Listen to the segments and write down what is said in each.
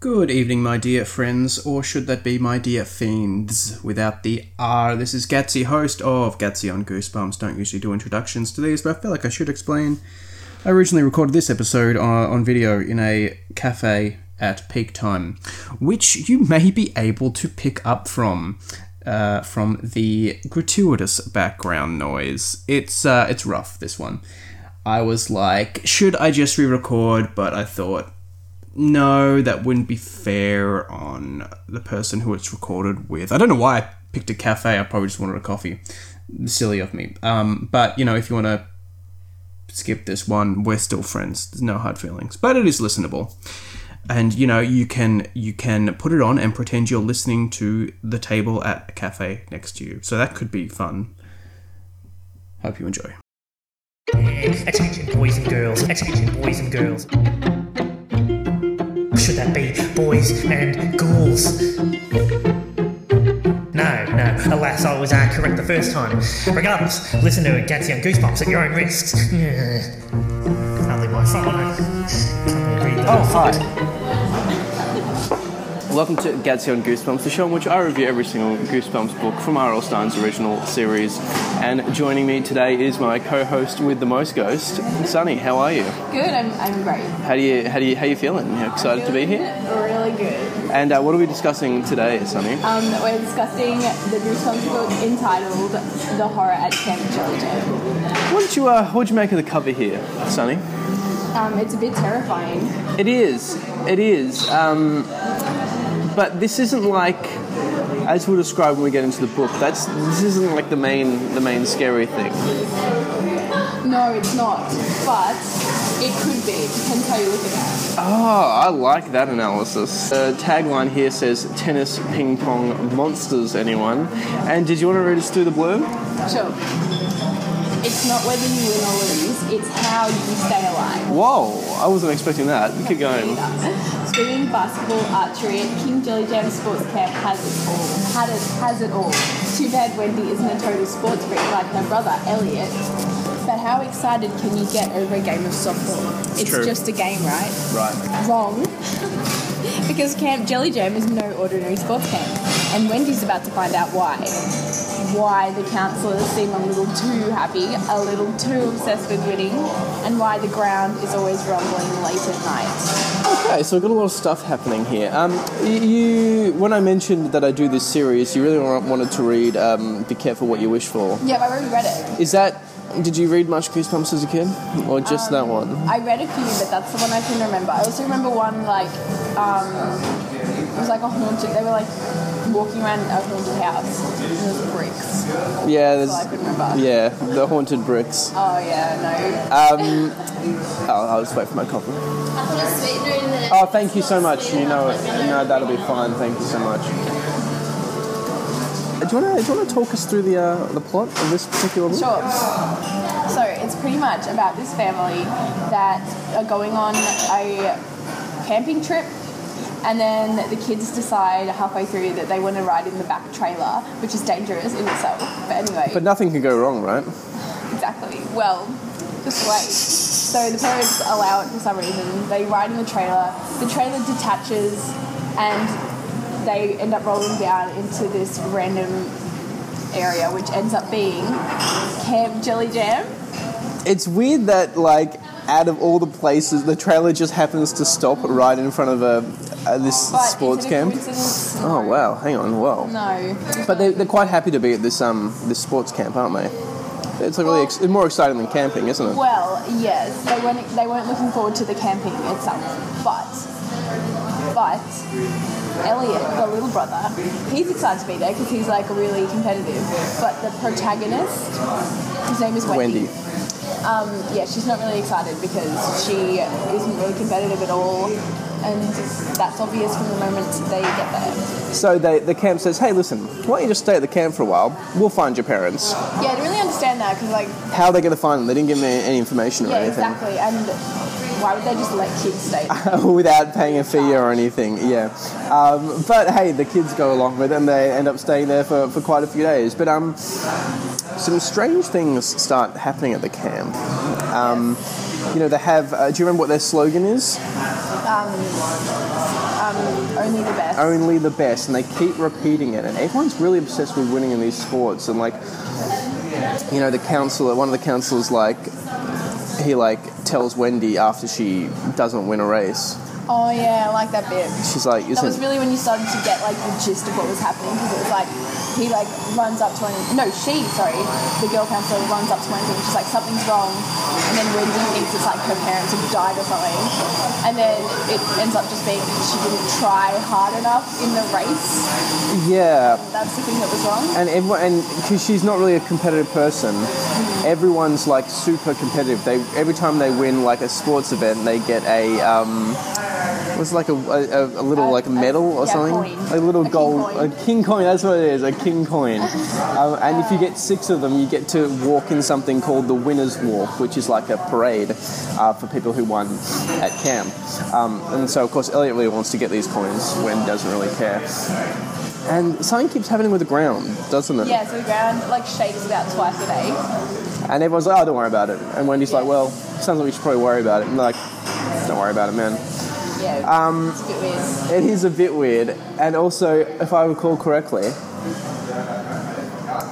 Good evening, my dear friends, or should that be my dear fiends without the R? This is Gatsy, host of Gatsy on Goosebumps. Don't usually do introductions to these, but I feel like I should explain. I originally recorded this episode on, on video in a cafe at peak time, which you may be able to pick up from. Uh, from the gratuitous background noise, it's uh, it's rough. This one, I was like, should I just re-record? But I thought, no, that wouldn't be fair on the person who it's recorded with. I don't know why I picked a cafe. I probably just wanted a coffee. Silly of me. Um, but you know, if you want to skip this one, we're still friends. There's no hard feelings, but it is listenable. And you know, you can you can put it on and pretend you're listening to the table at a cafe next to you. So that could be fun. Hope you enjoy. Attention, boys and girls. Attention, boys and girls. Should that be boys and girls? No, no. Alas, I was uh, correct the first time. Regardless, listen to Gatsy and Goosebumps at your own risks. Can't leave my phone. Can't read the- Oh, hi. Welcome to Gatsby on Goosebumps, the show in which I review every single Goosebumps book from R.L. Stein's original series. And joining me today is my co-host with the most ghost, Sunny. How are you? Good, I'm, I'm great. How do you how do you how you feeling? You excited to be here? Really good. And uh, what are we discussing today, Sunny? Um, we're discussing the Goosebumps book entitled The Horror at Camp Children. What did you uh, what did you make of the cover here, Sunny? Um, it's a bit terrifying. It is. It is. Um, but this isn't like, as we'll describe when we get into the book. That's this isn't like the main the main scary thing. No, it's not, but it could be. It depends how you look at it. Oh, I like that analysis. The tagline here says tennis, ping pong, monsters, anyone. And did you want to read us through the blurb? Sure. It's not whether you win or lose, it's how you stay alive. Whoa, I wasn't expecting that. Keep going. Swimming, basketball, archery, King Jelly Jam Sports Camp has it all. Had it, has it all. Too bad Wendy isn't a total sports freak like her brother, Elliot. But how excited can you get over a game of softball? It's True. just a game, right? Right. Wrong. because Camp Jelly Jam is no ordinary sports camp. And Wendy's about to find out why. Why the councillors seem a little too happy, a little too obsessed with winning, and why the ground is always rumbling late at night. Okay, so I've got a lot of stuff happening here. Um, y- you, when I mentioned that I do this series, you really wa- wanted to read um, "Be Careful What You Wish For." Yeah, I already read it. Is that? Did you read much Goosebumps as a kid, or just that one? I read a few, but that's the one I can remember. I also remember one like um, it was like a haunted. They were like walking around a haunted house. And there was bricks. Yeah, That's all I there's, can remember. yeah, the haunted bricks. Oh yeah, no. Um, I'll, I'll just wait for my coffee. I thought it was sweetener in the Oh, thank you so much. You know it. No, that'll be fine. Thank you so much. Uh, Do you want to do you want to talk us through the uh, the plot of this particular book? Sure. So it's pretty much about this family that are going on a camping trip, and then the kids decide halfway through that they want to ride in the back trailer, which is dangerous in itself. But anyway. But nothing can go wrong, right? Exactly. Well, just wait. So the parents allow it for some reason. They ride in the trailer. The trailer detaches, and they end up rolling down into this random area, which ends up being Camp Jelly Jam. It's weird that like out of all the places, the trailer just happens to stop right in front of a uh, this But is sports it a camp. coincidence? Oh wow! Hang on, wow. No. But they, they're quite happy to be at this um this sports camp, aren't they? It's like really ex- more exciting than camping, isn't it? Well, yes, they weren't they weren't looking forward to the camping itself, but but Elliot, the little brother, he's excited to be there because he's like really competitive. But the protagonist, his name is Wendy. yeah, she's not really excited because she isn't really competitive at all, and that's obvious from the moment they get there. So they, the camp says, "Hey, listen, why don't you just stay at the camp for a while? We'll find your parents." Yeah, I don't really understand that because like How are they going to find them? They didn't give me any information or yeah, anything. exactly, and why would they just let kids stay? there? Without paying a fee or anything, yeah. Um, but hey, the kids go along with it and they end up staying there for, for quite a few days. But um, some strange things start happening at the camp. Um, you know, they have, uh, do you remember what their slogan is? Um, only the best. only the best, and they keep repeating it. And everyone's really obsessed with winning in these sports. And like, you know, the counselor, one of the counselors, like, he like tells Wendy after she doesn't win a race, oh yeah, I like that bit. she's like, That was "Isn't really when you started to get like the gist of what was happening because it was like he like runs up to Wendy. No, she sorry, the girl counselor runs up to Wendy and she's like something's wrong, and then Wendy thinks it's like her parents have died or something, and then it ends up just being she didn't try hard enough in the race. yeah?" That's the thing that was wrong. and everyone, and because she's not really a competitive person, everyone's like super competitive. They every time they win like a sports event, they get a um, was like a, a, a little Uh, like a- medal or yeah, something, coin. a little A king gold, coin. a king coin. That's what it is, a king coin. um, and if you get six of them, you get to walk in something called the winners' walk, which is like a parade uh, for people who won at camp. Um, and so of course Elliot really wants to get these coins. Wen doesn't really care. And something keeps happening with the ground, doesn't it? Yeah, so the ground like shakes about twice a day. And everyone's like, oh, don't worry about it. And Wendy's like, well, sounds like we should probably worry about it. And they're like, don't worry about it, man. Yeah, it's a bit weird. It is a bit weird. And also, if I recall correctly,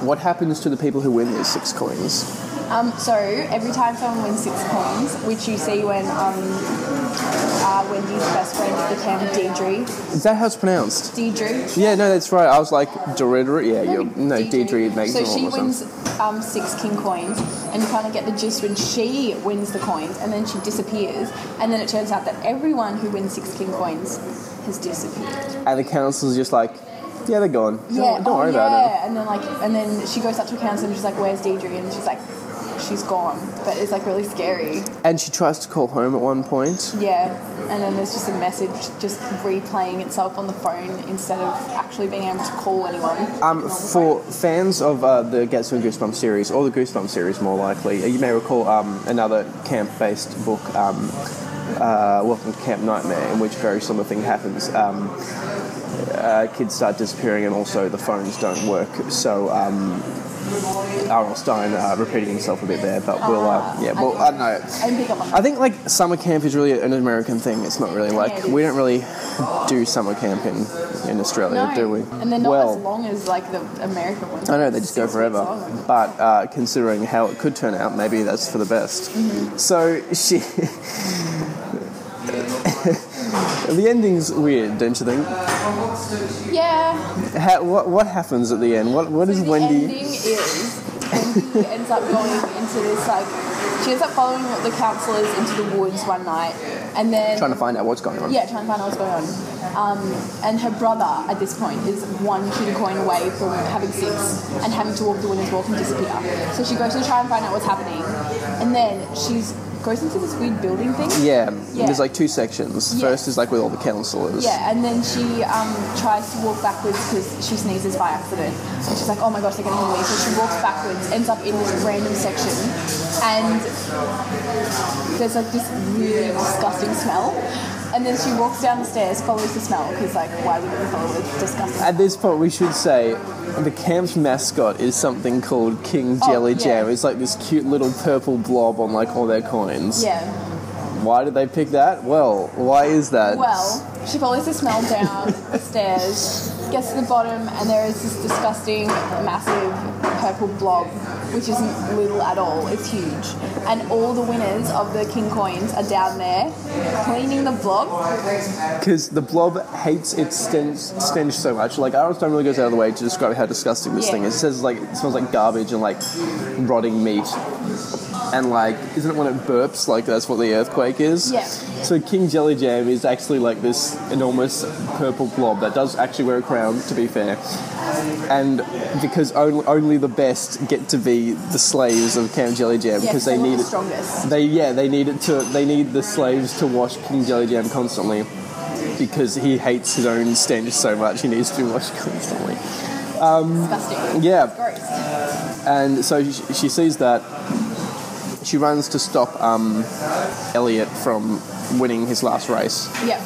what happens to the people who win these six coins? Um, so every time someone wins six coins, which you see when um, uh, Wendy's best friend at the time, Deidre, Is that how it's pronounced? Deidre. Yeah, no, that's right. I was like, Dorita? Yeah, you're, no, Deidre makes So them all she or something. wins um, six king coins, and you kind of get the gist when she wins the coins, and then she disappears, and then it turns out that everyone who wins six king coins has disappeared. And the council's just like, yeah, they're gone. Don't- Don't, oh, worry about it. yeah. And then like, and then she goes up to a council and she's like, "Where's Deidre?" And she's like, "She's gone." But it's like really scary. And she tries to call home at one point. Yeah, and then there's just a message just replaying itself on the phone instead of actually being able to call anyone. Um, for fans of uh, the Gatsby and Goosebumps series, or the Goosebumps series more likely, you may recall um, another camp based book, um, uh, Welcome to Camp Nightmare, in which a very similar thing happens. Um, uh, kids start disappearing, and also the phones don't work. So um, R.L. Stein uh, repeating himself a bit there, but we'll, uh, Ah, yeah, well, I don't know. and pick up on I think like summer camp is really an American thing. It's not really like we don't really do summer camp in, in Australia, do we? And they're not well, as long as like the American ones. I know they just go Six weeks forever, long. but uh, considering how it could turn out, maybe that's for the best. So she, the ending's weird, don't you think? Yeah. How, what what happens at the end? What what is so the Wendy? ending is Wendy ends up going into this like she ends up following the counselors into the woods one night, and then Trying to find out what's going on. Yeah, trying to find out what's going on. Um, and her brother at this point is one king coin away from having six and having to walk the winner's walk and disappear. So she goes to try and find out what's happening, and then she's goes into this weird building thing. Yeah, Yeah. there's like two sections. Yeah. First is like with all the counselors. Yeah, and then she um, tries to walk backwards because she sneezes by accident. And she's like, oh my gosh, they're going to hear me. So she walks backwards, ends up in this random section, and there's like this really disgusting smell. And then she walks down the stairs, follows the smell, because like, why would you follow a disgusting smell? At this point, we should say the camp's mascot is something called King Oh, Jelly Jam. yeah. It's like this cute little purple blob on like all their coins. Yeah. Why did they pick that? Well, why is that? Well, she follows the smell down the stairs, gets to the bottom, and there is this disgusting, massive purple blob, which isn't little at all. It's huge, and all the winners of the king coins are down there, cleaning the blob. because the blob hates its stench, stench so much. Like Aristotle really goes out of the way to describe how disgusting this Yeah. thing is. It says like it smells like garbage and like rotting meat. And like, isn't it when it burps? Like that's what the earthquake is. Yeah. So King Jelly Jam is actually like this enormous purple blob that does actually wear a crown. To be fair, and because only, only the best get to be the slaves of Camp Jelly Jam Yeah, because they need the it. strongest. They yeah, they need it to. They need the slaves to wash King Jelly Jam constantly because he hates his own stench so much. He needs to be washed constantly. Disgusting. Yeah, Gross. and so she, she sees that. She runs to stop um, Elliot from winning his last race Yeah.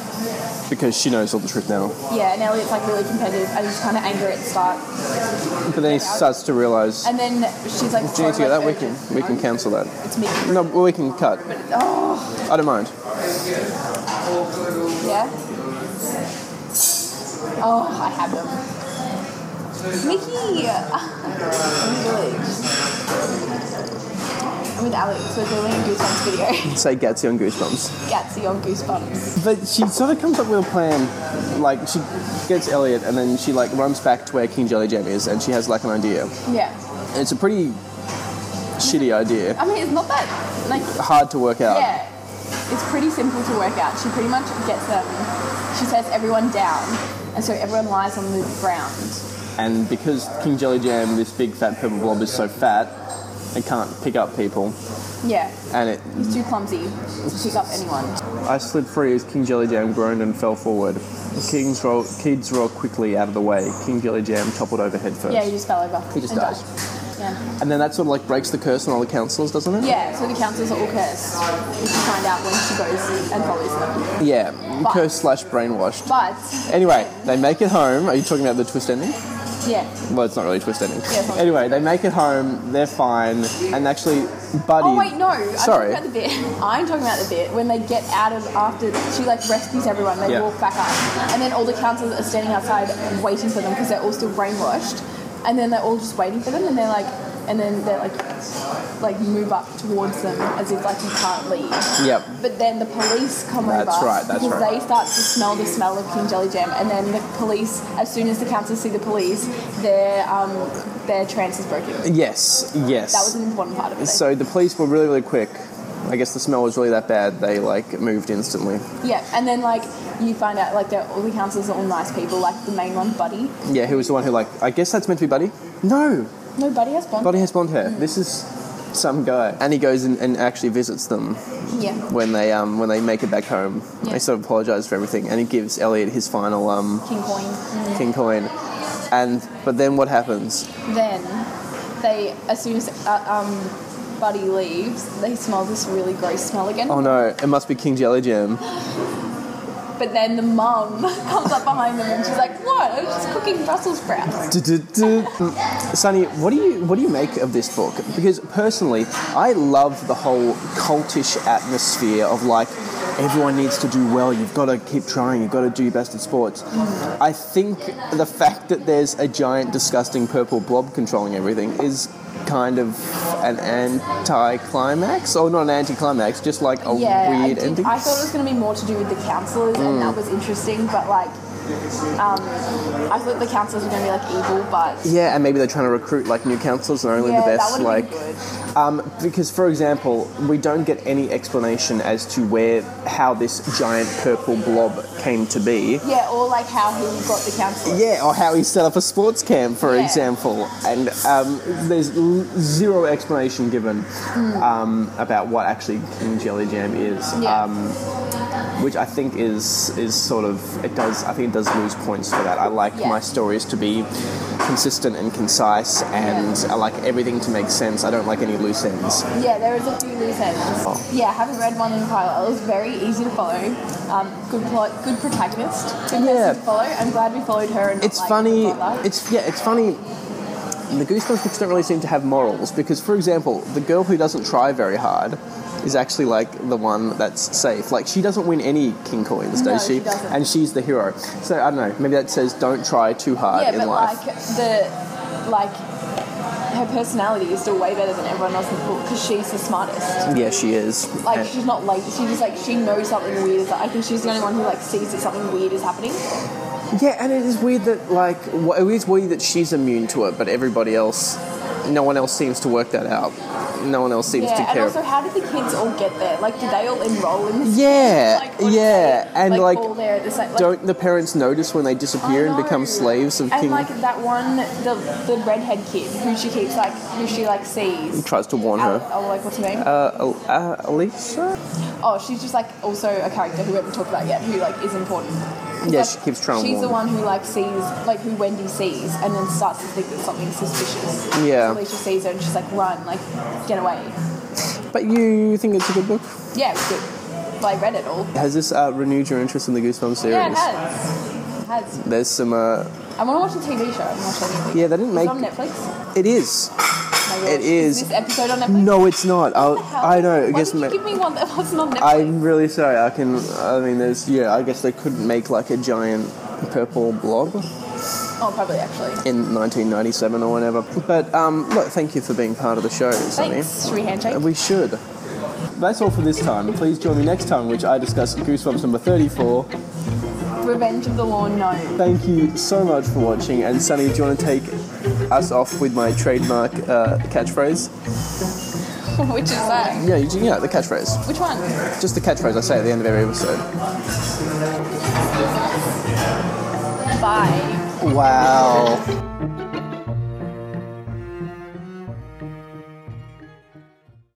because she knows all the truth now. Yeah. And Elliot's like really competitive, and he's kind of angry at the start. But then he starts to realise. And then she's like, Do you need to get that? We like, can we can cancel that. It's me. No, we can cut. But oh, I don't mind. yeah. Oh, I have them. Mickey! Village. I'm with Alex, we're doing a Goosebumps video. Say Gatsy on Goosebumps. Gatsy on Goosebumps. But she sort of comes up with a plan. Like, she gets Elliot and then she, like, runs back to where King Jelly Jam is and she has, like, an idea. Yeah. It's a pretty shitty idea. I mean, it's not that, like, Hard to work out. yeah. It's pretty simple to work out. She pretty much gets them, she says everyone down, and so everyone lies on the ground. And because King Jelly Jam, this big fat purple blob, is so fat, it can't pick up people. Yeah, And it, he's too clumsy to pick up anyone. I slid free as King Jelly Jam groaned and fell forward. Kings roll, kids roll quickly out of the way. King Jelly Jam toppled over head first. Yeah, he just fell over. He just and dies. died. Yeah. And then that sort of like breaks the curse on all the counselors, doesn't it? Yeah, so the counselors are all cursed. We should find out when she goes and follows them. Yeah. But- Curse slash brainwashed. But, Anyway, they make it home. Are you talking about the twist ending? yeah, Well, it's not really a twist ending. it's not. anyway, they make it home. They're fine. And actually, Buddy. Oh wait, no. Sorry. I'm talking about the bit. I'm talking about the bit when they get out of after she like rescues everyone. They Yeah. walk back up, and then all the counselors are standing outside waiting for them because they're all still brainwashed, and then they're all just waiting for them, and they're like, and then they're like, like move up towards them as if like you can't leave. Yep. But then the police come That's over right, that's because right. they start to smell the smell of King Jelly Jam, and then the police, as soon as the counselors see the police, their um, their trance is broken. Yes. Yes. That was an important part of it. so the police were really, really quick. I guess the smell was really that bad. They like moved instantly. Yeah, and then like you find out like that all the counselors are all nice people. Like the main one, Buddy. Yeah, who was the one who like? I guess that's meant to be Buddy. No, No, Buddy has blonde. Buddy has blonde hair. This is some guy, and he goes and, and actually visits them Yeah, when they um when they make it back home. Yeah. They sort of apologize for everything, and he gives Elliot his final um King Coin. Mm. king coin. And but then what happens? Then they, as soon as uh, um, Buddy leaves, they smell this really gross smell again. Oh no! It must be King Jelly Jam. But then the mum comes up behind them and she's like, "What? I was just cooking Brussels sprouts." Du-du-du. Sonny, what do you what do you make of this book? Because personally, I love the whole cultish atmosphere of like everyone needs to do well. You've got to keep trying. You've got to do your best at sports. I think the fact that there's a giant, disgusting purple blob controlling everything is kind of an anti-climax, or not an anti-climax, just like a Yeah, I, weird did- ending. Mm. I thought it was going to be more to do with the counselors, and that was interesting. But like, um, I thought the counselors were going to be like evil, but yeah, and maybe they're trying to recruit like new counselors and only yeah, the best that would like have been good. Um, because, for example, we don't get any explanation as to where, how this giant purple blob came to be. Yeah, or like how he got the counselor. Yeah, or how he set up a sports camp, for Yeah. example. And um, there's l- zero explanation given um, about what actually King Jelly Jam is. Hmm. Yeah. Um, which I think is is sort of it does I think it does lose points for that. I like Yeah. my stories to be consistent and concise, and I like everything to make sense. I don't like any loose ends. Yeah, there is a few loose ends. Oh. Yeah, I haven't read one in a while. It was very easy to follow. Um, good plot, good protagonist, good Yeah. person to follow. I'm glad we followed her. And not, it's like, funny. the brother. It's yeah, it's funny. The Goosebumps books don't really seem to have morals because, for example, the girl who doesn't try very hard is actually like the one that's safe. Like she doesn't win any king coins, No, does she doesn't. And she's the hero. So I don't know. Maybe that says don't try too hard yeah, in but life. like the like her personality is still way better than everyone else in the book because she's the smartest. yeah, she is. Like And- she's not late. She just like she knows something weird. Is, I think she's the only one who like sees that something weird is happening. yeah, and it is weird that like w- it is weird that she's immune to it, but everybody else, no one else seems to work that out. No one else seems to Yeah, and care. also how did the kids all get there? Like, did they all enroll in this? yeah, Like, or did yeah, they, and like all there at the same. Like, Don't the parents notice when they I disappear and know. become slaves of and King? like that one, the the redhead kid who she keeps like who she like sees. tries to warn Al- her. oh, like what's her name? Uh, Al- uh, Alicia? oh, she's just like also a character who we haven't talked about yet, who like is important. Yeah, Like, she keeps trying to She's the warn. one who like sees, like who Wendy sees, and then starts to think that something's suspicious. Yeah. So Alicia sees her and she's like, "Run, like, get away." But you think it's a good book? Yeah, it's good. But I read it all. Has this uh, renewed your interest in the Goosebumps series? Yeah, it has. It has. There's some. Uh, I want to watch a TV show. I'm not sure anything. Yeah, they didn't Is it make- on Netflix. it is. Maybe It I'll- is. is. this episode on Netflix? No, it's not. I'll, How- I know. I Why guess. did you ma- give me one that wasn't on Netflix? I'm really sorry. I can. I mean, there's. Yeah, I guess they could make like a giant Purple Blob Oh, probably actually. in 1997 or whatever. But um, look, thank you for being part of the show, Sonny. Thanks. Should we handshake? And We should. That's all for this time. Please join me next time, which I discuss Goosebumps number 34. Revenge of the Lawn Gnome. Thank you so much for watching. And Sunny, do you want to take us off with my trademark uh, catchphrase? Which is that? Yeah, you, yeah, the catchphrase. Which one? Just the catchphrase I say at the end of every episode. Bye. Wow.